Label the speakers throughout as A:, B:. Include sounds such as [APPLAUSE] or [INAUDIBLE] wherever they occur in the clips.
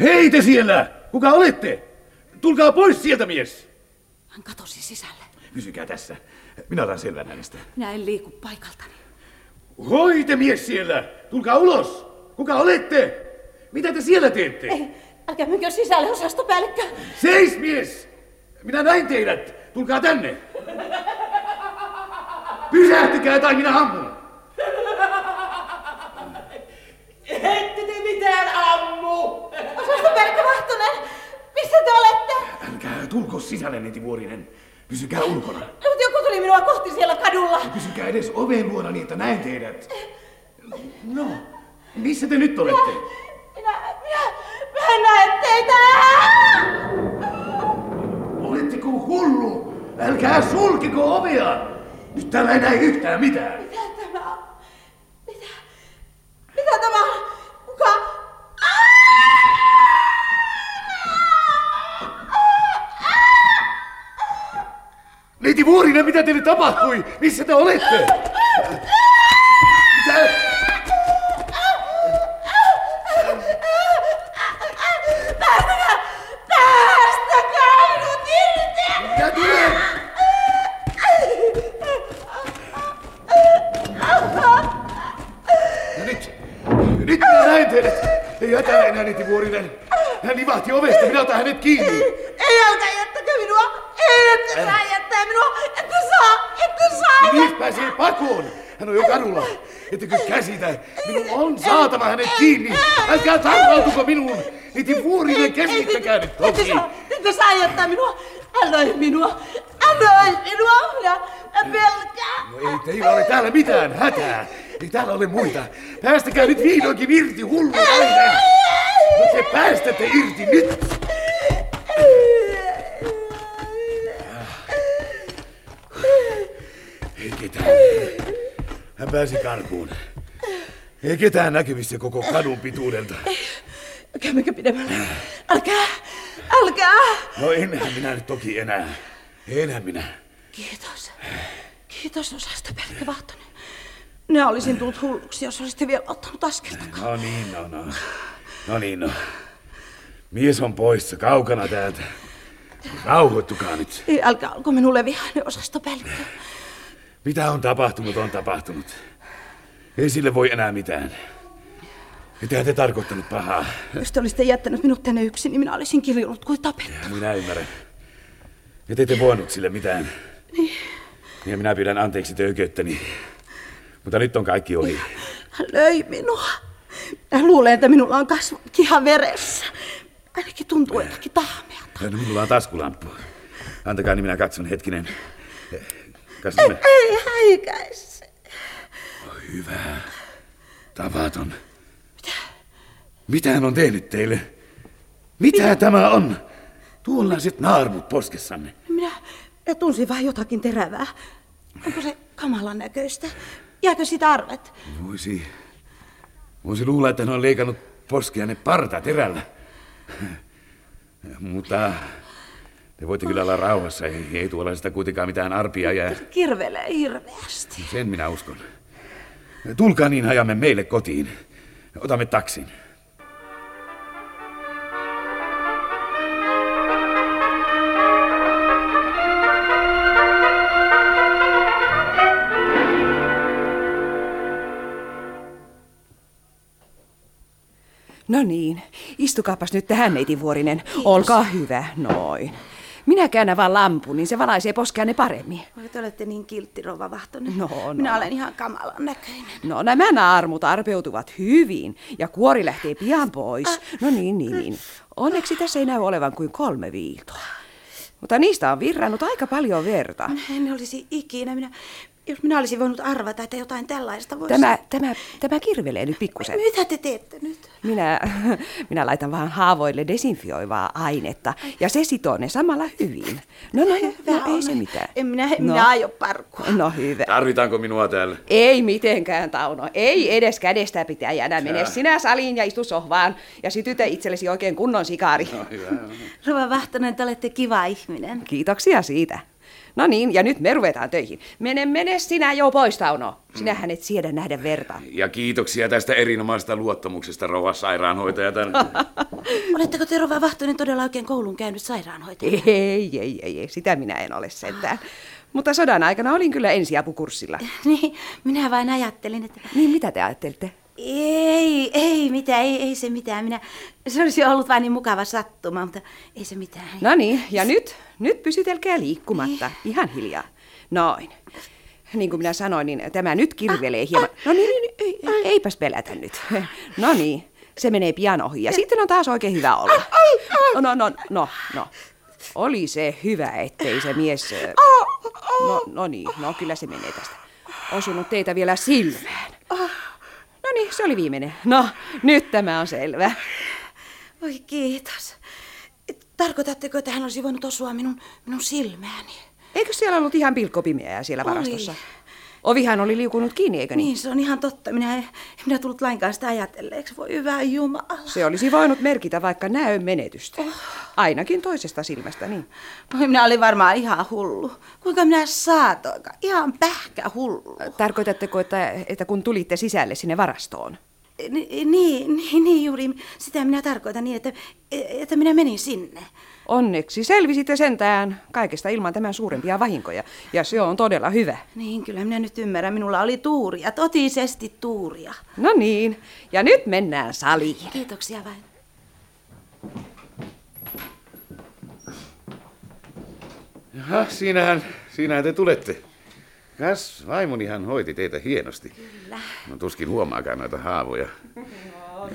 A: Hei te siellä! Kuka olette? Tulkaa pois sieltä, mies!
B: Hän katosi sisälle.
A: Pysykää tässä. Minä otan selvän hänestä.
B: Minä en liiku paikaltani.
A: Hoi te mies siellä! Tulkaa ulos! Kuka olette? Mitä te siellä teette?
C: Ei, älkää menkö sisälle, osastopäällikkö.
A: Seis, mies! Minä näin teidät! Tulkaa tänne! Pysähtykää tai minä ammun!
D: Ette te mitään ammu!
C: Osastopäällikkö Vahtonen, missä te olette?
A: Älkää tulko sisälle, neiti Vuorinen. Pysykää ulkona.
C: Mutta joku tuli minua kohti siellä kadulla.
A: Pysykää edes oven luona niin, että näen teidät. No, missä te nyt olette?
C: Minä, minä, minä en näe teitä.
A: Oletteko hullu? Älkää sulkiko ovea! Nyt täällä ei näe yhtään mitään.
C: Mitä tämä on? Mitä? Mitä tämä on? Kuka? Aaaaaa!
A: Neiti Vuorinen, mitä teille tapahtui? Missä te olette? Mitä?
C: Päästäkää! Päästäkää minut irti!
A: Mitä tulee? Ja No nyt, nyt minä näin teidät. Ei jätä enää neiti Vuorinen. Hän livahti ovesta, minä otan hänet kiinni.
C: Ei älkää jättäkö minua! Ei ette saa jättää minua! Ette saa! Ette saa!
A: Mies pääsee pakoon. Hän on jo kadulla. Ettekö käsitä? Minun on saatava hänet kiinni. Älkää tarvautuko minuun. Neiti Vuorinen, keskittäkää nyt
C: Ette
A: toki.
C: saa, ette saa jättää minua. Älöi minua. Älöi minua. Minä pelkään.
A: No ei teillä ole täällä mitään hätää. Ei täällä ole muita. Päästäkää nyt vihdoinkin irti, hullu nainen. No te päästätte irti nyt. Ah. Ei ketään. Hän pääsi karkuun. Ei ketään näkyvissä koko kadun pituudelta.
C: Käymekö pidemmälle? Älkää. Älkää.
A: No enhän minä nyt toki enää. Enhän minä.
C: Kiitos. Kiitos osastopäällikkö Vahtonen. Minä olisin tullut hulluksi, jos olisitte vielä ottanut askelta.
A: No niin, no no. No niin, no. Mies on poissa, kaukana täältä. Rauhoittukaa nyt.
C: Ei, älkää olko minulle vihainen osastopäällikkö.
A: Mitä on tapahtunut, on tapahtunut. Ei sille voi enää mitään. Mitä te tarkoittanut pahaa?
C: Jos te olisitte jättänyt minut tänne yksin, niin minä olisin kiljunut kuin tapettu.
A: Minä ymmärrän. Et ette voinut sille mitään.
C: Niin.
A: Ja minä pyydän anteeksi töyköyttäni. Mutta nyt on kaikki ohi.
C: Hän löi minua. Minä luulen, että minulla on kasvot ihan veressä. Ainakin tuntuu jotakin tahmeelta.
A: No, minulla on taskulamppu. Antakaa niin minä katson hetkinen. Kas
C: Ei,
A: me...
C: ei häikäis.
A: Hyvä. Tavaton. Mitä? Mitä hän on tehnyt teille? Mitä tämä on? Tuollaiset naarmut poskessanne.
C: Minä, minä tunsin vain jotakin terävää. Onko se kamalan näköistä? Jääkö siitä arvet?
A: Voisi, voisi luulla, että hän on leikannut poskianne parta terällä. Mutta te voitte kyllä olla rauhassa. Ei, ei tuollaisesta kuitenkaan mitään arpia jää.
C: Kirvelee hirveästi.
A: Sen minä uskon. Tulkaa niin ajamme meille kotiin. Otamme taksin.
E: No niin, istukaapas nyt tähän, neiti Vuorinen. Olkaa hyvä, noin. Minä käännän vaan lampun, niin se valaisee poskeanne paremmin.
C: Voi, te olette niin kiltti, Rova Vahtonen.
E: No, no.
C: Mm. Minä olen ihan kamalan näköinen.
E: No nämä naarmut arpeutuvat hyvin ja kuori lähtee
C: Ah.
E: pian pois. No niin, niin, niin. Onneksi tässä ei näy olevan kuin kolme viiltoa. Mutta niistä on virrannut aika paljon verta.
C: Minä en olisi ikinä. Minä, jos minä olisin voinut arvata, että jotain tällaista voisi...
E: Tämä, tämä, tämä kirvelee nyt pikkusen.
C: Mitä te teette nyt?
E: Minä, [LAUGHS] minä laitan vähän haavoille desinfioivaa ainetta ja se sitoo ne samalla hyvin. No, no, no,
C: Hyvä
E: no ei
C: on.
E: se mitään.
C: En minä, en
E: no,
C: minä aio parkua.
E: No hyvä.
A: Tarvitaanko minua täällä?
E: Ei mitenkään, Tauno. Ei edes kädestä pitäjänä. Mene
A: Jaa.
E: sinä saliin ja istu sohvaan ja sytytä itsellesi oikein kunnon sikaari.
A: No, hyvä.
C: Rova Vahtonen, te olette kiva ihminen.
E: Kiitoksia siitä. No niin, ja nyt me ruvetaan töihin. Mene, mene sinä jo pois, Tauno.
A: Mm.
E: Sinähän et siedä nähdä verta.
F: Ja kiitoksia tästä erinomaisesta luottamuksesta, rouva sairaanhoitaja. Tän...
C: Oletteko te Rova Vahtonen todella oikein koulun käynyt sairaanhoitaja?
E: Ei, ei, ei, ei, sitä minä en ole sentään. Mutta sodan aikana olin kyllä ensiapukurssilla.
C: Niin, minä vain ajattelin, että...
E: Niin mitä te ajattelitte?
C: Ei, ei mitään, ei, ei se mitään. Minä, se olisi ollut vain niin mukava sattuma, mutta ei se mitään.
E: No niin, ja nyt, nyt pysytelkää liikkumatta. Ihan hiljaa. Noin. Niin kuin minä sanoin, niin tämä nyt kirvelee hieman. No niin, niin, ei- ei- eipäs pelätä nyt. [LAUGHS] No niin, se menee pian ohi ja sitten on taas oikein hyvä olla. No, no, no, no, no. Oli se hyvä, ettei se mies... ö, No, no niin, no kyllä se menee tästä. Osunut teitä vielä silmään. No niin, se oli viimeinen. No, nyt tämä on selvä.
C: Voi kiitos. Tarkoitatteko, että hän olisi voinut osua minun, minun silmääni?
E: Eikö siellä ollut ihan pilkkopimeää siellä
C: Oli.
E: varastossa? Ovihan oli liukunut kiinni, eikö niin?
C: Niin, se on ihan totta. Minä en, en minä tullut lainkaan sitä ajatelleeksi. Voi hyvä Jumala. Oh.
E: Se olisi voinut merkitä vaikka näön menetystä. Ainakin toisesta silmästä, niin.
C: Voi minä olin varmaan ihan hullu. Kuinka minä saatoinkaan? Ihan pähkä hullu.
E: Tarkoitatteko, että, että kun tulitte sisälle sinne varastoon?
C: Ni- Niin, niin, niin juuri. Sitä minä tarkoitan niin, että, että minä menin sinne.
E: Onneksi selvisitte sentään kaikesta ilman tämän suurempia vahinkoja, ja se on todella hyvä.
C: Niin, kyllä minä nyt ymmärrän. Minulla oli tuuria, totisesti tuuria.
E: No niin, ja nyt mennään saliin.
C: Kiitoksia vain.
F: [LAUGHS] Jaha, siinähän, siinähän te tulette. Kas, vaimonihan hoiti teitä hienosti. Kyllä. No tuskin huomaakaan noita haavoja.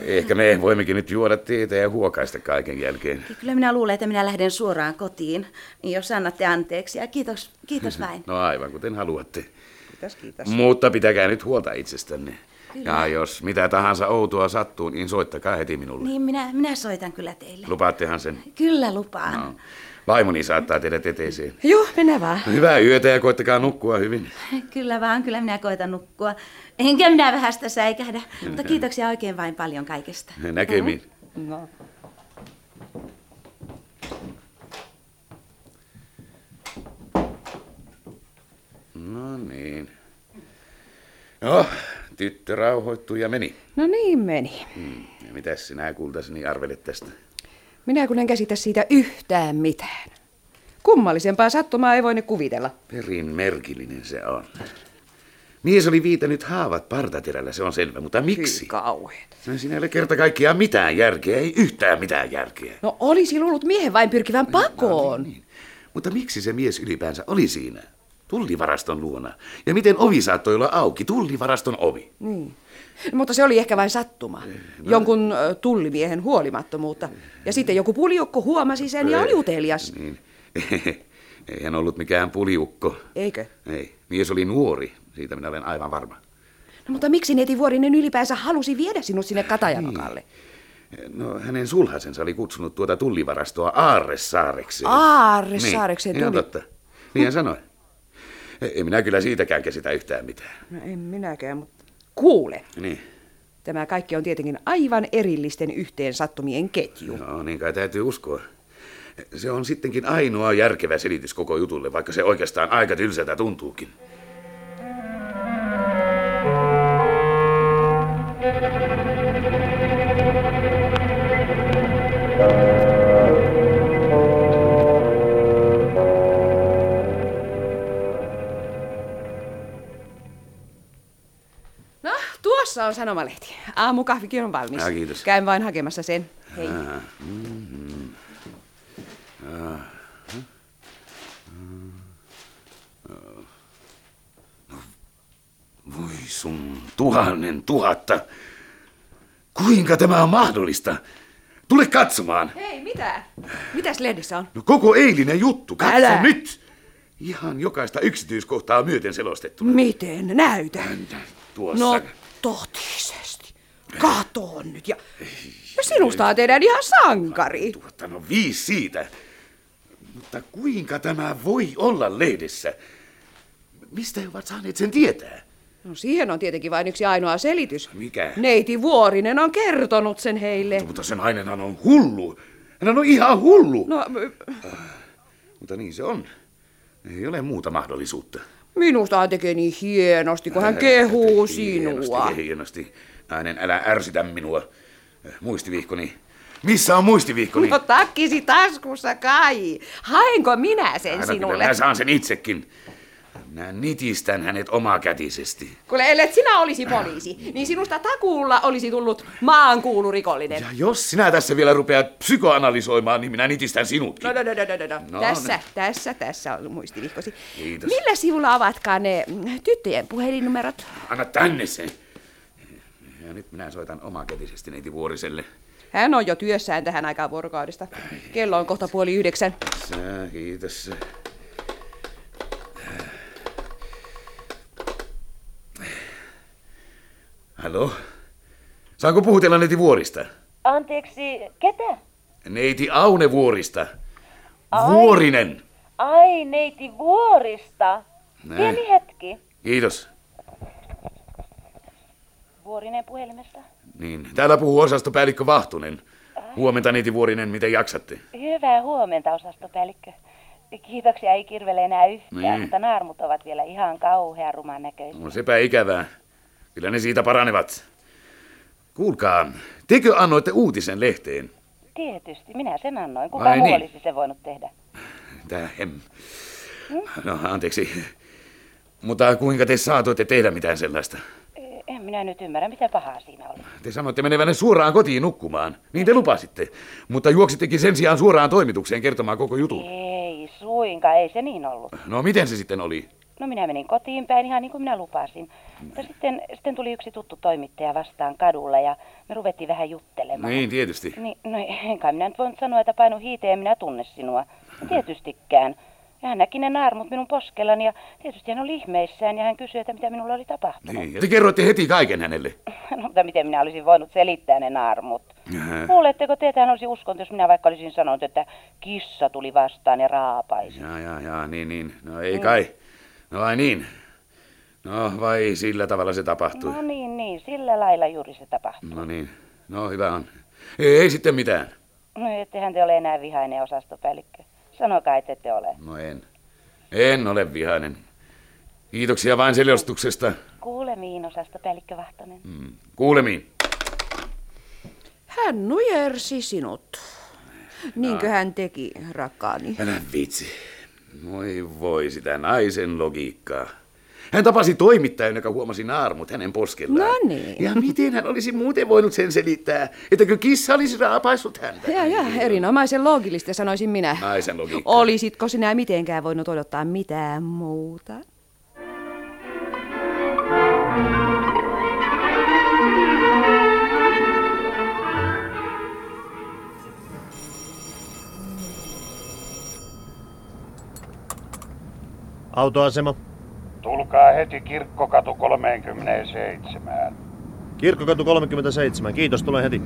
F: Ehkä me voimmekin nyt juoda teitä ja huokaista kaiken jälkeen.
C: Kyllä minä luulen, että minä lähden suoraan kotiin, niin jos annatte anteeksi. Ja kiitos, kiitos vain.
F: No aivan kuten haluatte.
E: Kiitos, kiitos.
F: Mutta pitäkää nyt huolta itsestänne. Ja jos mitä tahansa outoa sattuu, niin soittakaa heti minulle.
C: Niin, minä, minä soitan kyllä teille.
F: Lupaattehan sen.
C: Kyllä lupaan.
F: No. Vaimoni saattaa teidät eteeseen.
E: Joo, mennään vaan.
F: Hyvää yötä ja koittakaa nukkua hyvin.
C: [LAUGHS] Kyllä vaan, kyllä minä koitan nukkua. Enkä minä vähästä säikähdä,
F: Mm.
C: mutta kiitoksia oikein vain paljon kaikesta.
F: Näkemiin.
E: No.
F: No niin. No, tyttö rauhoittui ja meni.
E: no niin meni.
F: Hmm. Ja Mitäs sinä kultaseni arvelet tästä?
E: Minä kun en käsitä siitä yhtään mitään. Kummallisempaa sattumaa ei voine kuvitella.
F: Perin merkillinen se on. Mies oli viitänyt haavat partaterällä, se on selvä, mutta miksi?
E: Hyi Kauheet.
F: No, siinä ei ole kerta kaikkiaan mitään järkeä, ei yhtään mitään järkeä.
E: No olisi luullut miehen vain pyrkivän pakoon.
F: Niin, niin. Mutta miksi se mies ylipäänsä oli siinä? Tullivaraston luona. Ja miten ovi saattoi olla auki? Tullivaraston ovi.
E: Niin. Mutta se oli ehkä vain sattuma. Jonkun ö, tullimiehen huolimattomuutta. Ja sitten joku puljukko huomasi sen ja oli utelias.
F: Niin. [LAUGHS] Ei hän ollut mikään puliukko.
E: Eikö?
F: Ei. Mies oli nuori, siitä minä olen aivan varma.
E: No, mutta miksi Neti Vuorinen ylipäänsä halusi viedä sinut sinne Katajanakalle?
F: No, hänen sulhasensa oli kutsunut tuota tullivarastoa Aarresaarekseen.
E: Aarresaarekseen
F: niin, ihan
E: tuli.
F: totta. Niin hän sanoi. E, En minä kyllä siitäkään käsitä yhtään mitään.
E: No, en minäkään, mutta... Kuule,
F: Niin.
E: tämä kaikki on tietenkin aivan erillisten yhteen sattumien ketju.
F: No, niin kai täytyy uskoa. Se on sittenkin ainoa järkevä selitys koko jutulle, vaikka se oikeastaan aika tylsältä tuntuukin.
E: No, tuossa on sanomalehti. Aamukahvikin on valmis.
F: Ah, kiitos.
E: Käyn vain hakemassa sen. Hei.
F: Mm-hmm. Äh. Äh. No, Voi sun tuhannen tuhatta! Kuinka tämä on mahdollista? Tule katsomaan!
E: Hei, mitä? Mitäs lehdessä on?
F: No koko eilinen juttu, katso
E: Älä!
F: nyt! Ihan jokaista yksityiskohtaa myöten selostettu.
E: Miten? Näytä.
F: Tuossa.
E: No totisesti. Kato nyt ja ja sinusta tehdään ihan sankari.
F: Tuota, no viisi siitä. Mutta kuinka tämä voi olla lehdessä? Mistä he ovat saaneet sen tietää?
E: No siihen on tietenkin vain yksi ainoa selitys.
F: Mikä?
E: Neiti Vuorinen on kertonut sen heille.
F: Mutta se nainenhan on hullu. Hän on ihan hullu.
E: No,
F: Mutta niin se on. Ei ole muuta mahdollisuutta.
E: Minusta hän tekee niin hienosti, kun hän kehuu sinua.
F: Hienosti, hienosti. Nainen, älä ärsytä minua. Muistivihkoni. Missä on muistivihkoni?
E: No takkisi taskussa kai. Haenko minä sen
F: Aina kyllä,
E: sinulle?
F: Minä saan sen itsekin. Minä nitistän hänet omakätisesti.
E: Kuule, ellet sinä olisi poliisi, niin sinusta takuulla olisi tullut maankuulurikollinen.
F: Ja jos sinä tässä vielä rupeat psykoanalysoimaan, niin minä nitistän sinutkin.
E: No, no, no, no, no, no, no.
F: No,
E: Tässä,
F: no.
E: tässä, tässä on muistivihkosi.
F: Kiitos.
E: Millä sivulla ovatkaan ne mm, tyttöjen puhelinnumerot?
F: Anna tänne se. Ja nyt minä soitan omakätisesti neiti Vuoriselle.
E: Hän on jo työssään tähän aikaan vuorokaudesta. Kello on kohta puoli yhdeksän.
F: Sä, kiitos. Halo? Saanko puhutella neiti Vuorista?
G: Anteeksi, ketä?
F: Neiti Aune Vuorista. Vuorinen.
G: Ai, neiti Vuorista.
F: Näin.
G: Pieni hetki.
F: Kiitos.
G: Vuorinen puhelimesta.
F: Niin, täällä puhuu osastopäällikkö Vahtunen. Huomenta neiti Vuorinen, miten jaksatte?
G: Hyvää huomenta, osastopäällikkö. Kiitoksia, ei kirvele enää yhtään,
F: Niin.
G: mutta naarmut ovat vielä ihan kauhean ruman näköisiä.
F: No sepä ikävää. Kyllä ne siitä paranevat. Kuulkaa, tekö annoitte uutisen lehteen?
G: Tietysti, minä sen annoin. Kuka
F: Vai
G: muu
F: niin?
G: olisi sen voinut tehdä?
F: Tää hem. No, anteeksi. Mutta kuinka te saatoitte tehdä mitään sellaista?
G: Eh, En minä nyt ymmärrä, mitä pahaa siinä oli.
F: Te sanoitte menevänne suoraan kotiin nukkumaan. Niin te lupasitte. Mutta juoksittekin sen sijaan suoraan toimitukseen kertomaan koko jutun.
G: Ei suinkaan, ei se niin ollut.
F: No miten se sitten oli?
G: No minä menin kotiin päin ihan niin kuin minä lupasin. Mutta
F: Niin.
G: sitten, sitten tuli yksi tuttu toimittaja vastaan kadulla ja me ruvettiin vähän juttelemaan.
F: Niin, tietysti.
G: Niin, no enkä minä nyt voinut sanoa, että painu hiiteen ja minä tunne sinua. No tietystikään. Ja hän näki ne naarmut minun poskellani ja tietysti hän oli ihmeissään ja hän kysyi, että mitä minulle oli tapahtunut.
F: Niin. ja Te kerroitte heti kaiken hänelle.
G: [LAUGHS] No, mutta miten minä olisin voinut selittää ne naarmut?
F: Jää.
G: Luuletteko te, että hän olisi uskonut, jos minä vaikka olisin sanonut, että kissa tuli vastaan ja raapaisi?
F: Jaa, jaa, jaa, niin, niin. No ei kai. No vai niin. No vai sillä tavalla se tapahtui.
G: No niin, niin, sillä lailla juuri se tapahtui.
F: No niin. No hyvä on. Ei, ei sitten mitään.
G: No ettehän te ole enää vihainen osastopäällikkö. Sanokaa, että ette ole.
F: No en. En ole vihainen. Kiitoksia vain selostuksesta.
G: Kuulemiin osastopäällikkö Vahtonen.
F: Mm, Kuulemiin.
E: Hän nujersi sinut. Niinkö hän teki, rakkaani?
F: Älä vitsi. Voi voi sitä naisen logiikkaa. Hän tapasi toimittajan, joka huomasi naarmut hänen poskellaan.
E: No niin.
F: Ja miten hän olisi muuten voinut sen selittää, ettäkö kissa olisi raapaissut
E: [LAUGHS]
F: häntä?
E: Ja, ja, erinomaisen loogillista sanoisin minä.
F: Naisen logiikka.
E: Olisitko sinä mitenkään voinut odottaa mitään muuta?
H: Autoasema.
I: Tulkaa heti kirkkokatu 37.
H: Kirkkokatu 37. Kiitos, tulee heti.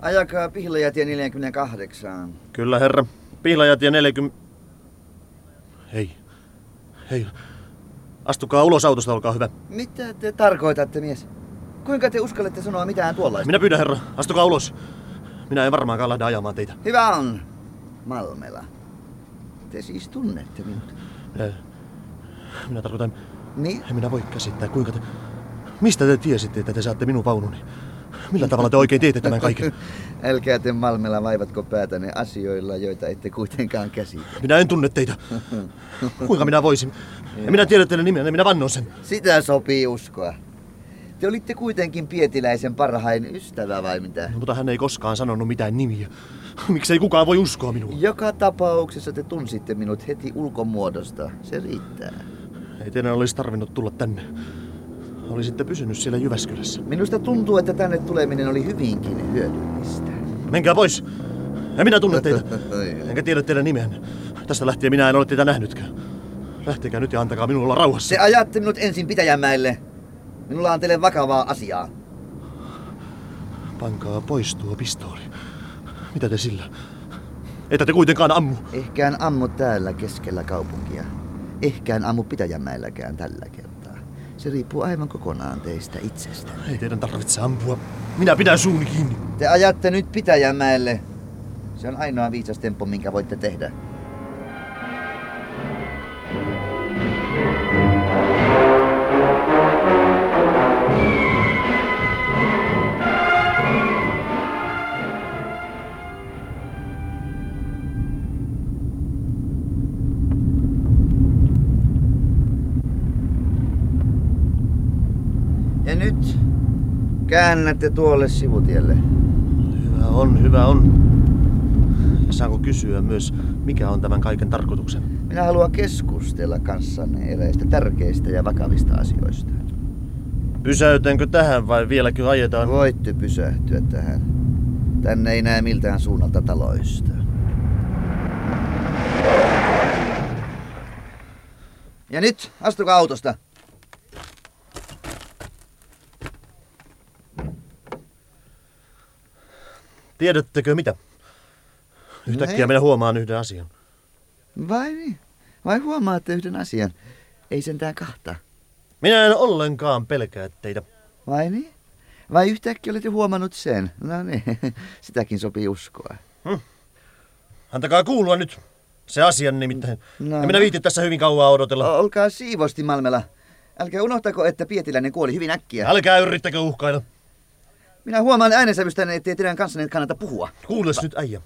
J: Ajakaa Pihlajatie 48.
H: Kyllä, herra. Pihlajat ja 40... Hei. Hei. Astukaa ulos autosta, olkaa hyvä.
J: Mitä te tarkoitatte, mies? Kuinka te uskallette sanoa mitään tuollaista?
H: Minä pyydän, herra. Astukaa ulos. Minä en varmaankaan lähde ajamaan teitä.
J: Hyvä on, Malmela. Te siis tunnette minut.
H: Eh, Minä tarkoitan...
J: Niin?
H: En minä voi käsittää, kuinka te... Mistä te tiesitte, että te saatte minun vaununi? Millä tavalla te oikein teette tämän kaiken?
J: [LAUGHS] Älkää te Malmela vaivatko päätänne asioilla, joita ette kuitenkaan käsitä. [LAUGHS]
H: Minä en tunne teitä. Kuinka minä voisin? En minä tiedä teidän nimeänne, minä vannon sen.
J: Sitä sopii uskoa. Te olitte kuitenkin Pietiläisen parhain ystävä vai mitä?
H: No, Mutta hän ei koskaan sanonut mitään nimiä. Miksei kukaan voi uskoa minua?
J: Joka tapauksessa te tunsitte minut heti ulkomuodosta. Se riittää.
H: Ei teidän olisi tarvinnut tulla tänne. Olisitte pysynyt siellä Jyväskylässä.
J: Minusta tuntuu, että tänne tuleminen oli hyvinkin hyödyllistä.
H: Menkää pois! En minä tunne teitä.
J: [LAUGHS] Ai, ai.
H: Enkä tiedä teidän nimeänne. Tästä lähtien minä en ole teitä nähnytkään. Lähtekää nyt ja antakaa minulla olla rauhassa.
J: Se ajatte minut ensin pitäjämäelle. Minulla on teille vakavaa asiaa.
H: Pankaa pois tuo pistooli. Mitä te sillä? Että te kuitenkaan ammu.
J: Ehkään ammu täällä keskellä kaupunkia. ehkä en ammu Pitäjänmäelläkään tällä kertaa. Se riippuu aivan kokonaan teistä itsestä.
H: Ei teidän tarvitse ampua. Minä pidän suuni kiinni.
J: Te ajatte nyt Pitäjänmäelle. Se on ainoa viisas temppu, minkä voitte tehdä. Ja nyt käännätte tuolle sivutielle.
H: Hyvä on, hyvä on. Ja saanko kysyä myös, mikä on tämän kaiken tarkoituksena?
J: Minä haluan keskustella kanssanne eräistä tärkeistä ja vakavista asioista.
H: Pysäytänkö tähän vai vieläkö ajetaan?
J: Voitte pysähtyä tähän. Tänne ei näe miltään suunnalta taloista. Ja nyt, astukaa autosta.
H: Tiedättekö mitä?
J: Ei. No
H: Yhtäkkiä minä huomaan yhden asian.
J: Vai niin? Vai huomaatte yhden asian? Ei sentään kahta.
H: Minä en ollenkaan pelkää teitä.
J: Vai niin? Vai yhtäkkiä olette huomannut sen? No niin, [LAUGHS] sitäkin sopii uskoa.
H: Antakaa kuulua nyt. Se asian nimittäin.
J: No.
H: No. En minä viitin tässä hyvin kauaa odotella.
J: O- Olkaa siivosti, Malmela. Älkää unohtako, että Pietiläinen kuoli hyvin äkkiä.
H: Älkää yrittäkö uhkailla.
J: Minä huomaan äänensävystänne, ettei teidän kanssanne kannata puhua.
H: Kuules nyt äijä.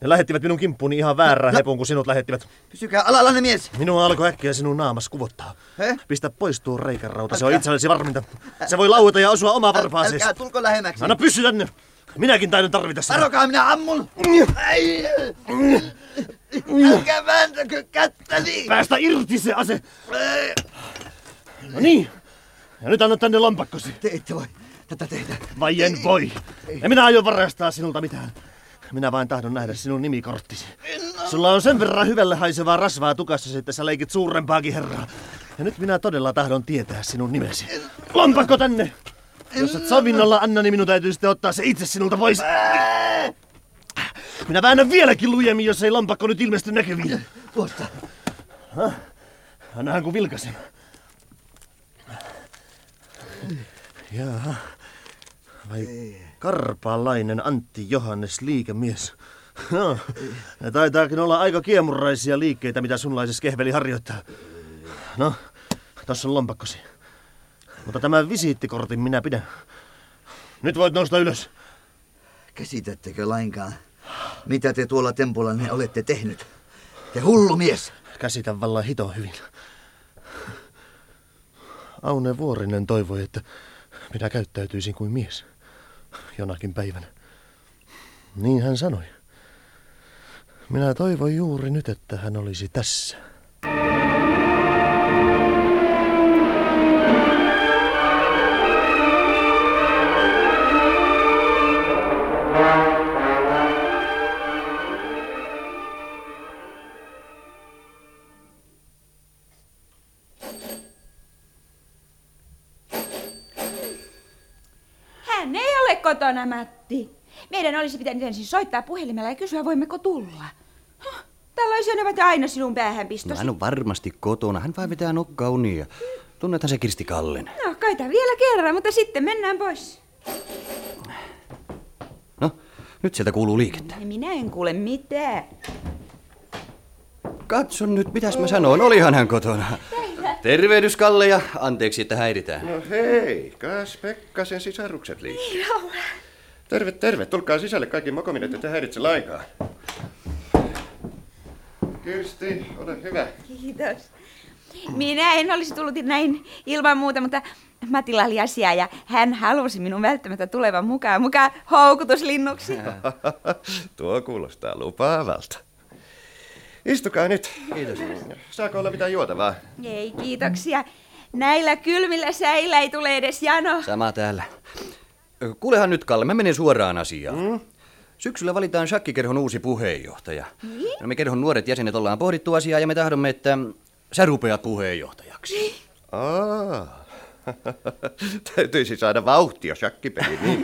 H: Ne lähettivät minun kimppuuni ihan väärä no. hepun, kun sinut lähettivät.
J: Pysykää alallanne mies!
H: Minua alkoi äkkiä sinun naamas kuvottaa.
J: He?
H: Pistä pois tuo reikärouta, se on
J: Älkää.
H: itsellesi varminta. Se voi laueta ja osua oma varpaaseesi.
J: Älkää tulko lähemmäksi.
H: Anna pysy tänne. Minäkin taidan tarvita sitä.
J: Varokaa, minä ammun! Ai!
H: Mm.
J: Älkää vääntäkö kättäni!
H: Päästä irti se ase. No niin. Ja nyt anna tänne lompakkosi.
J: Te ette voi tätä tehdä.
H: Vai en voi. En minä aio varastaa sinulta mitään. Minä vain tahdon nähdä sinun nimikorttisi. Sulla on sen verran hyvälle haisevaa rasvaa tukassasi, että sä leikit suurempaakin herraa. Ja nyt minä todella tahdon tietää sinun nimesi. Lompakko tänne! Jos et sovinnolla anna, niin minun täytyy sitten ottaa se itse sinulta pois. Minä väännän vieläkin lujemmin, jos ei lompakko nyt ilmesty näkyviin.
J: Tuosta.
H: Annahan kun vilkasen. Jaa. Vai karpaalainen Antti Johannes liikemies. No, ne [LAUGHS] taitaakin olla aika kiemurraisia liikkeitä, mitä sunlaisessa kehveli harjoittaa. No, tossa on lompakkosi. Mutta tämän visiittikortin minä pidän. Nyt voit nousta ylös.
J: Käsitättekö lainkaan, mitä te tuolla tempullanne olette tehnyt? Te hullu mies!
H: Käsitän vallan hito hyvin. Aune Vuorinen toivoi, että minä käyttäytyisin kuin mies jonakin päivänä. Niin hän sanoi. Minä toivoin juuri nyt, että hän olisi tässä.
K: Hän ei ole kotona, Matti. Meidän olisi pitänyt ensin soittaa puhelimella ja kysyä, voimmeko tulla. Huh, Tällaisia ne ovat aina sinun
L: No,
K: päähänpistosi.
L: hän on varmasti kotona. Hän vain vetää nokkaa unia. Tunnethan se Kirsti Kallen.
K: No, kaita vielä kerran, mutta sitten mennään pois.
L: No, nyt sieltä kuuluu liikettä.
K: Minä en kuule mitään.
L: Katso nyt, mitäs mä sanoin. Olihan hän kotona. Tervehdys Kalle ja anteeksi, että häiritään.
F: No hei, kas Pekkasen sisarukset liikkeelle. Terve, terve. Tulkaa sisälle kaikki mokominet, ettei häiritse lainkaan. Kirsti, ole hyvä.
K: Kiitos. Minä en olisi tullut näin ilman muuta, mutta Matilla oli asiaa ja hän halusi minun välttämättä tulevan mukaan, mukaan houkutuslinnuksi.
F: Tuo kuulostaa lupaavalta. Istukaa nyt. Kiitos. Saako olla mitään juotavaa?
K: Ei kiitoksia. Näillä kylmillä säillä ei tule edes jano.
L: Sama täällä. Ö, Kuulehan nyt Kalle, mä menen suoraan asiaan. Syksyllä valitaan shakkikerhon uusi puheenjohtaja.
C: Niin?
L: No, me kerhon nuoret jäsenet ollaan pohdittu asiaa ja me tahdomme, että sä rupeat
C: Niin?
L: puheenjohtajaksi.
F: Aa. Täytyisi saada vauhtia shakkipeliin.
M: niin.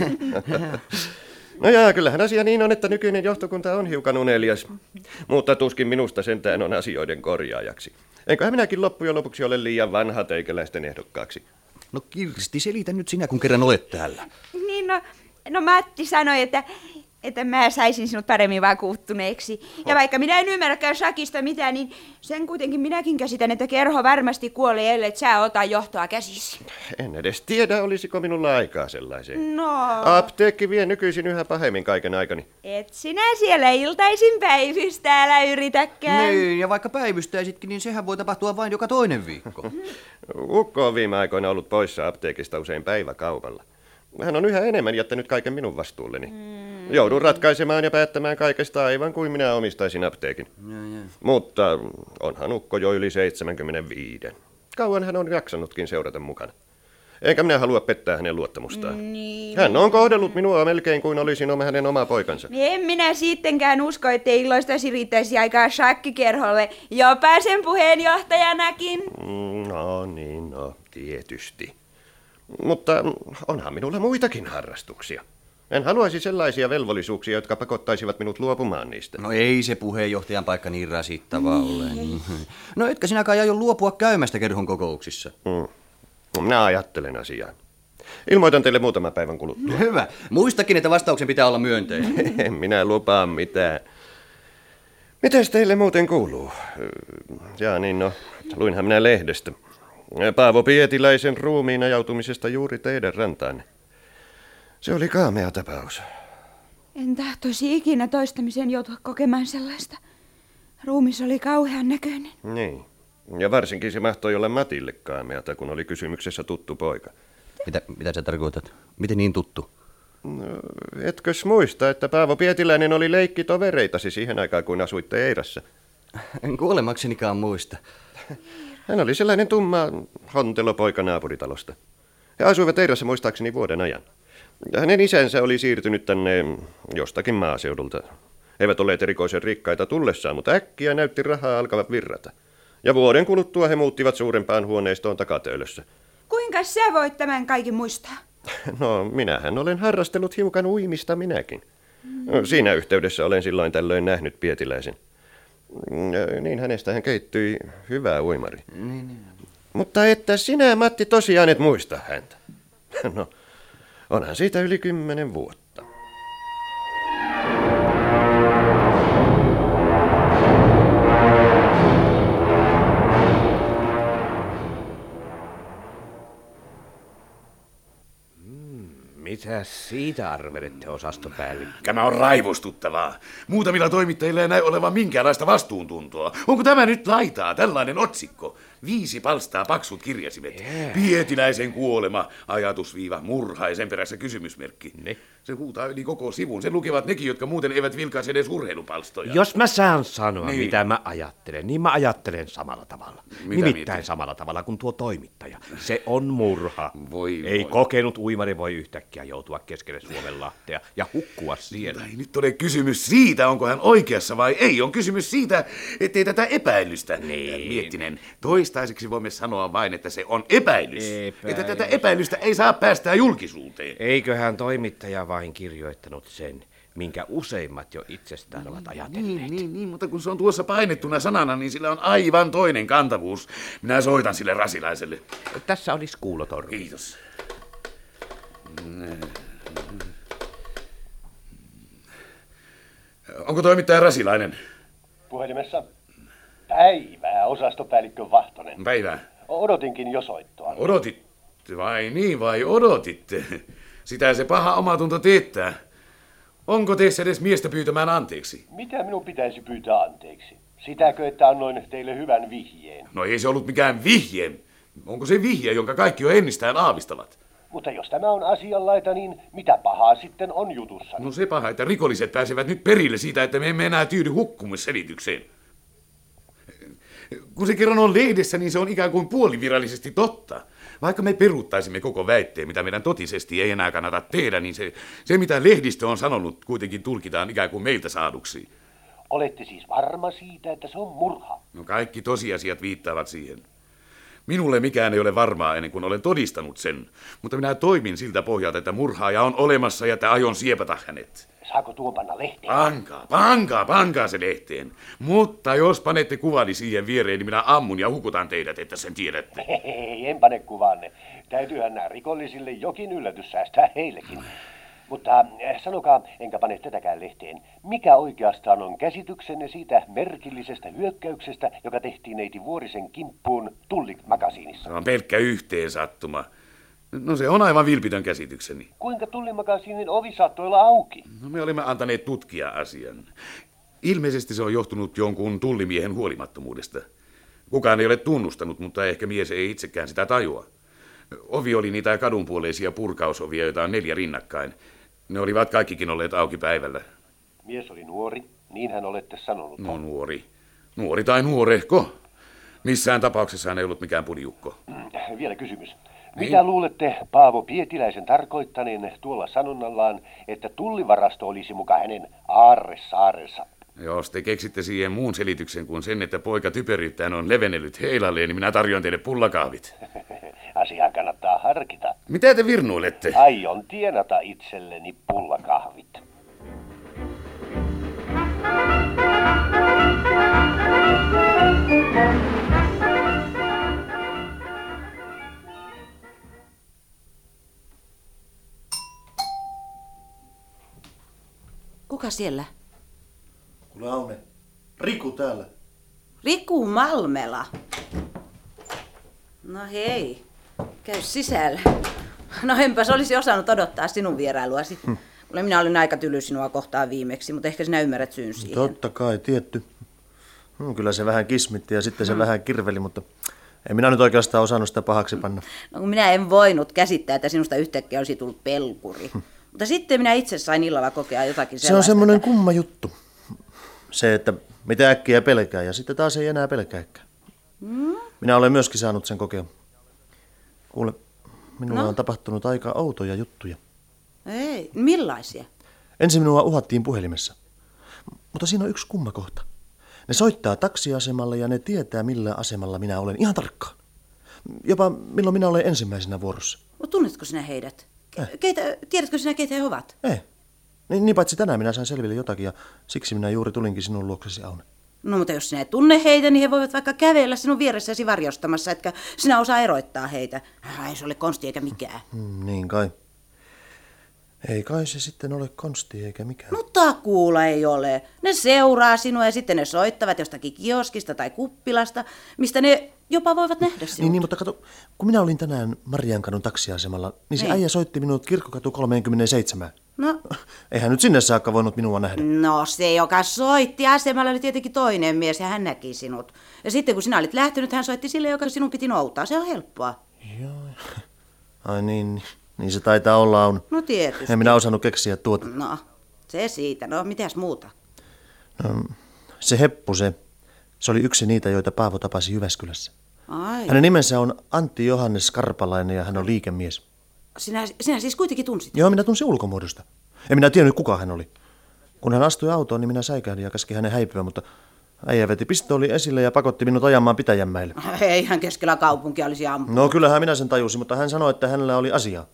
M: No jaa, kyllähän asia niin on, että nykyinen johtokunta on hiukan unelias. Mutta tuskin minusta sentään on asioiden korjaajaksi. Enköhän minäkin loppujen lopuksi ole liian vanha teikäläisten ehdokkaaksi.
L: [LAUGHS] No Kirsti, selitä nyt sinä, kun kerran olet täällä.
K: Niin no, no Matti sanoi, että, että mä saisin sinut paremmin vakuuttuneeksi. Ja vaikka minä en ymmärräkään Sakista mitään, niin sen kuitenkin minäkin käsitän, että kerho varmasti kuolee, ellei sä ota johtoa käsisi.
M: En edes tiedä, olisiko minulla aikaa sellaiseen.
K: No,
M: Apteekki vie nykyisin yhä pahemmin kaiken aikani.
K: et sinä siellä iltaisin päivystää, älä yritäkään.
L: Niin, ja vaikka päivystäisitkin, niin sehän voi tapahtua vain joka toinen viikko.
M: Ukko on viime aikoina ollut poissa apteekista usein päiväkaupalla. Hän on yhä enemmän jättänyt kaiken minun vastuulleni. Mm. Joudun ratkaisemaan ja päättämään kaikesta aivan kuin minä omistaisin apteekin. Mutta onhan ukko jo yli 75. Kauan hän on jaksanutkin seurata mukana. Enkä minä halua pettää hänen luottamustaan. Niin. Hän on kohdellut minua melkein kuin olisin oma hänen oma poikansa.
K: Niin En minä sittenkään usko, ettei illoistasi riittäisi aikaa shakkikerholle, jopa sen puheenjohtajanakin.
M: Mm, No niin, no tietysti. Mutta onhan minulla muitakin harrastuksia. En haluaisi sellaisia velvollisuuksia, jotka pakottaisivat minut luopumaan niistä.
L: No ei se puheenjohtajan paikka niin rasittava ole.
M: Mm-hmm.
L: No etkä sinä kai aio luopua käymästä kerhon kokouksissa.
M: Mm. Minä ajattelen asiaa. Ilmoitan teille muutaman päivän kuluttua.
L: Hyvä. Muistakin, että vastauksen pitää olla myönteinen.
M: [LAUGHS] En minä lupaa mitään. Mitäs teille muuten kuuluu? Jaa niin, no, luinhan minä lehdestä. Paavo Pietiläisen ruumiin ajautumisesta juuri teidän rantaan. Se oli kaamea tapaus.
K: En tahtoisi ikinä toistamiseen joutua kokemaan sellaista. Ruumis oli kauhean näköinen.
M: Niin. Ja varsinkin se mahtoi olla Matille kaameata, kun oli kysymyksessä tuttu poika.
L: Mitä, mitä sä tarkoitat? Miten niin tuttu?
M: No, etkös muista, että Paavo Pietiläinen oli leikkitovereitasi siihen aikaan, kun asuitte Eirassa?
L: En kuolemaksenikaan muista.
M: Hän oli sellainen tumma hontelopoika naapuritalosta. He asuivat Eirassa muistaakseni vuoden ajan. Ja Hänen isänsä oli siirtynyt tänne jostakin maaseudulta. Eivät olleet erikoisen rikkaita tullessaan, mutta äkkiä näytti rahaa alkavat virrata. Ja vuoden kuluttua he muuttivat suurempaan huoneistoon takatöölössä.
K: Kuinka sä voit tämän kaiken muistaa?
M: No, minähän olen harrastellut hiukan uimista minäkin.
H: Mm.
M: Siinä yhteydessä olen silloin tällöin nähnyt Pietiläisen. Mm, Niin hänestä hän keittyi hyvä uimari.
L: Niin,
M: Mutta että sinä, Matti, tosiaan et muista häntä. No, onhan siitä yli kymmenen vuotta.
A: Mitä Mm, siitä arvelette, osastopäällikkö?
F: Tämä on raivostuttavaa. Muutamilla toimittajilla ei näy olevan minkäänlaista vastuuntuntoa. Onko tämä nyt laitaa, tällainen otsikko? Viisi palstaa paksut kirjasimet. Yeah. Pietiläisen kuolema, ajatusviiva, murha ja sen perässä kysymysmerkki. Ne. Se huutaa yli koko sivun. Sen lukevat nekin, jotka muuten eivät vilkaise edes urheilupalstoja.
A: Jos mä saan sanoa,
F: Niin.
A: niin. mitä mä ajattelen, niin mä ajattelen samalla tavalla.
F: Mitä
A: Nimittäin samalla tavalla kuin tuo toimittaja. Se on murha.
F: Voi,
A: Ei
F: voi.
A: kokenut uimari voi yhtäkkiä joutua keskelle Suomenlahtea ja hukkua siellä.
F: Ei nyt ole kysymys siitä, onko hän oikeassa vai ei. On kysymys siitä, ettei tätä epäilystä. Niin. Miettinen, toistaiseksi voimme sanoa vain, että se on epäilys.
A: Epäilys.
F: Että tätä epäilystä ei saa päästää julkisuuteen.
A: Eiköhän toimittaja vain kirjoittanut sen, minkä useimmat jo itsestään ovat ajatelleet.
F: Niin, niin, niin, mutta kun se on tuossa painettuna sanana, niin sillä on aivan toinen kantavuus. Minä soitan sille rasilaiselle.
A: Tässä olisi kuulotorvi.
F: Kiitos. Onko toimittaja rasilainen?
N: Puhelimessa. Päivää, osastopäällikkö Vahtonen.
F: Päivää.
N: Odotinkin jo soittoa.
F: Odotitte vai niin vai odotitte? Sitä se paha omatunto teettää. Onko teissä edes miestä pyytämään anteeksi?
N: Mitä minun pitäisi pyytää anteeksi? Sitäkö, että annoin teille hyvän vihjeen?
F: No ei se ollut mikään vihje. Onko se vihje, jonka kaikki jo ennestään aavistavat?
N: Mutta jos tämä on asianlaita, niin mitä pahaa sitten on jutussa?
F: No se paha, että rikolliset pääsevät nyt perille siitä, että me emme enää tyydy hukkumisselitykseen. Kun se kerran on lehdessä, niin se on ikään kuin puolivirallisesti totta. Vaikka me peruuttaisimme koko väitteen, mitä meidän totisesti ei enää kannata tehdä, niin se, se mitä lehdistö on sanonut, kuitenkin tulkitaan ikään kuin meiltä saaduksi.
N: Olette siis varma siitä, että se on murha?
F: No kaikki tosiasiat viittaavat siihen. Minulle mikään ei ole varmaa ennen kuin olen todistanut sen. Mutta minä toimin siltä pohjalta, että murhaaja on olemassa ja että aion siepata hänet.
N: Saako tuon panna lehteen?
F: Pankaa, pankaa, pankaa se lehteen. Mutta jos panette kuvani siihen viereen, niin minä ammun ja hukutan teidät, että sen tiedätte.
N: Hei, en pane kuvanne. Täytyyhän nämä rikollisille jokin yllätys säästää heillekin. Mutta eh, sanokaa, enkä pane tätäkään lehteen, mikä oikeastaan on käsityksenne siitä merkillisestä hyökkäyksestä, joka tehtiin neiti Vuorisen kimppuun tullimakasiinissa?
F: Se on pelkkä yhteen sattuma. No se on aivan vilpitön käsitykseni.
N: Kuinka tullimakasiinin ovi saattoi olla auki?
F: No me olemme antaneet tutkia asian. Ilmeisesti se on johtunut jonkun tullimiehen huolimattomuudesta. Kukaan ei ole tunnustanut, mutta ehkä mies ei itsekään sitä tajua. Ovi oli niitä kadunpuoleisia purkausovia, joita on neljä rinnakkain. Ne olivat kaikkikin olleet auki päivällä.
N: Mies oli nuori, niin hän olette sanonut.
F: No nuori. Nuori tai nuorehko. Missään tapauksessa hän ei ollut mikään pudjukko.
N: Mm, Vielä kysymys. Mitä luulette Paavo Pietiläisen tarkoittaneen tuolla sanonnallaan, että tullivarasto olisi muka hänen aarresaarensa?
F: Jos te keksitte siihen muun selityksen kuin sen, että poika typeryyttään on levenellyt heilalleen, niin minä tarjoan teille pullakahvit.
N: Asiaa kannattaa harkita.
F: Mitä te virnuilette?
N: Aion tienata itselleni pullakahvit.
C: Kuka siellä?
H: Kuule Aune, Riku täällä.
C: Riku Malmela. No hei, käy sisällä. No enpäs olisi osannut odottaa sinun vierailuasi.
H: Hm.
C: Kuule, minä olin aika tyly sinua kohtaan viimeksi, mutta ehkä sinä ymmärrät syyn siihen.
H: No Totta kai, tietty. No, kyllä se vähän kismitti ja sitten se vähän kirveli, mutta en minä nyt oikeastaan osannut sitä pahaksi panna.
C: No kun minä en voinut käsittää, että sinusta yhtäkkiä olisi tullut pelkuri. Mutta sitten minä itse sain illalla kokea jotakin
H: Hm. Se on
C: sellaista.
H: semmoinen kumma juttu. Se, että mitä äkkiä pelkää ja sitten taas ei enää pelkääkään.
C: Mm?
H: Minä olen myöskin saanut sen kokea. Kuule, minulla no? on tapahtunut aika outoja juttuja.
C: Ei, millaisia?
H: Ensin minua uhattiin puhelimessa. M- Mutta siinä on yksi kumma kohta. Ne soittaa taksiasemalle ja ne tietää millä asemalla minä olen ihan tarkkaan. Jopa milloin minä olen ensimmäisenä vuorossa.
C: No, tunnetko sinä heidät?
H: Äh.
C: Ke- keitä, tiedätkö sinä, keitä he ovat?
H: Ei. Niin, niin paitsi tänään minä sain selville jotakin ja siksi minä juuri tulinkin sinun luoksesi, Aune.
C: No mutta jos sinä et tunne heitä, niin he voivat vaikka kävellä sinun vieressäsi varjostamassa, etkä sinä osaa erottaa heitä. Ah, Ei se ole konsti eikä mikään.
H: Mm, niin kai. Ei kai se sitten ole konsti eikä mikään.
C: No takuulla ei ole. Ne seuraa sinua ja sitten ne soittavat jostakin kioskista tai kuppilasta, mistä ne jopa voivat nähdä sinua.
H: Niin, niin, mutta kato, kun minä olin tänään Mariankadun taksiasemalla, niin se
C: Niin.
H: äijä soitti minut kirkkokatu 37.
C: No,
H: Eihän nyt sinne saakka voinut minua nähdä.
C: no se, joka soitti asemalla, oli tietenkin toinen mies ja hän näki sinut. Ja sitten kun sinä olit lähtenyt, hän soitti sille, joka sinun piti noutaa. Se on helppoa.
H: Ai niin, niin se taitaa olla on.
C: No tietysti.
H: En minä osannut keksiä tuota.
C: No, se siitä. No, mitäs muuta?
H: No, se heppu se, se oli yksi niitä, joita Paavo tapasi Jyväskylässä.
C: Ai.
H: Hänen nimensä on Antti Johannes Karpalainen ja hän on liikemies.
C: Sinä, sinä siis kuitenkin tunsit.
H: Joo, minä tunsin ulkomuodosta. En minä tiennyt, kuka hän oli. Kun hän astui autoon, niin minä säikähdin ja käski hänen häipyä, mutta äijä veti pistooli esille ja pakotti minut ajamaan pitäjänmäille.
C: Ei ihan keskellä kaupunkia olisi ampunut.
H: No kyllähän minä sen tajusin, mutta hän sanoi, että hänellä oli asiaa.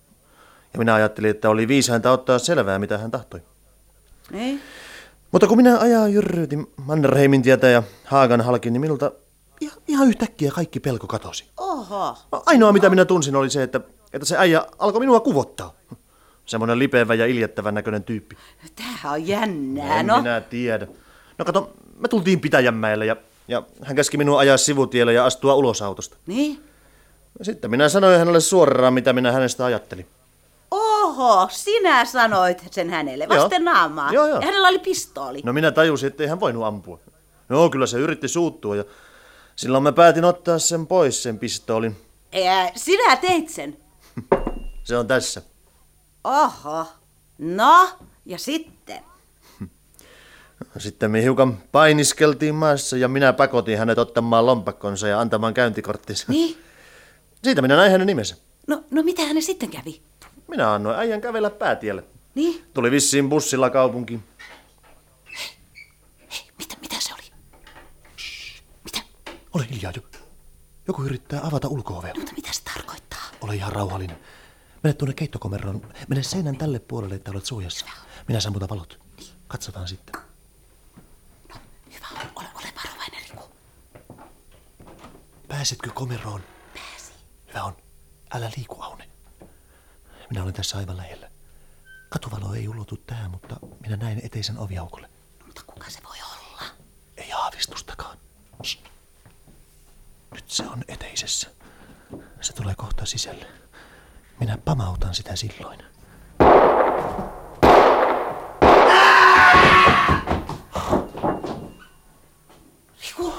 H: Ja minä ajattelin, että oli viisainta ottaa selvää, mitä hän tahtoi.
C: Ei.
H: Mutta kun minä ajaa jyrryytin Mannerheimin tietä ja Haagan halki, niin minulta ihan, ihan yhtäkkiä kaikki pelko katosi. No,
C: Oho.
H: Ainoa mitä minä tunsin oli se, että, että se äijä alkoi minua kuvottaa. Semmoinen lipeävä ja iljettävän näköinen tyyppi.
C: Tämähän on jännää,
H: En
C: no.
H: minä tiedä. No kato, me tultiin Pitäjänmäelle ja, ja hän käski minua ajaa sivutielle ja astua ulos autosta.
C: Niin?
H: Sitten minä sanoin hänelle suoraan, mitä minä hänestä ajattelin.
C: Oho, sinä sanoit sen hänelle.
H: Joo.
C: Vasten naamaa.
H: Joo, joo.
C: Ja hänellä oli pistooli.
H: No minä tajusin, että ei hän voinut ampua. No kyllä se yritti suuttua ja silloin mä päätin ottaa sen pois sen pistoolin.
C: Ää, sinä teit sen.
H: Se on tässä.
C: Oho. No, ja sitten?
H: Sitten me hiukan painiskeltiin maassa ja minä pakotin hänet ottamaan lompakkonsa ja antamaan käyntikorttinsa.
C: Niin?
H: Siitä minä näin hänen nimensä.
C: No, no mitä hänen sitten kävi?
H: Minä annoin äijän kävellä päätielle.
C: Niin?
H: Tuli vissiin bussilla kaupunkiin.
C: Mitä se oli?
H: Ole hiljaa jo. Joku yrittää avata ulkoovea.
C: Mutta mitä se tarkoittaa?
H: Ole ihan rauhallinen. Mene tuonne keittokomeroon. Mene seinän tälle puolelle, että olet suojassa. Minä sammutan valot. Katsotaan sitten.
C: Hyvä, ole, ole varovainen, Riku.
H: Pääsetkö komeroon?
C: Pääsi.
H: Hyvä on. Älä liiku, Aune. Minä olen tässä aivan lähellä. Katuvalo ei ulotu tähän, mutta minä näen eteisen oviaukolle.
C: Mutta kuka se voi olla?
H: Ei aavistustakaan. Shh. Nyt se on eteisessä. Se tulee kohta sisälle. Minä pamautan sitä silloin.
C: Riku,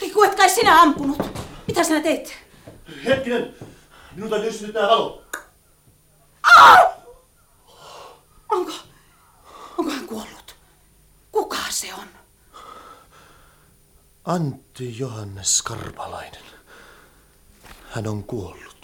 C: Riku, et kai sinä ampunut. Mitä sinä teit?
H: Hetkinen! Minulta jyssynyt tää valo.
C: Ah! Onko, onko hän kuollut? Kuka se on?
H: Antti Johannes Karpalainen. Hän on kuollut.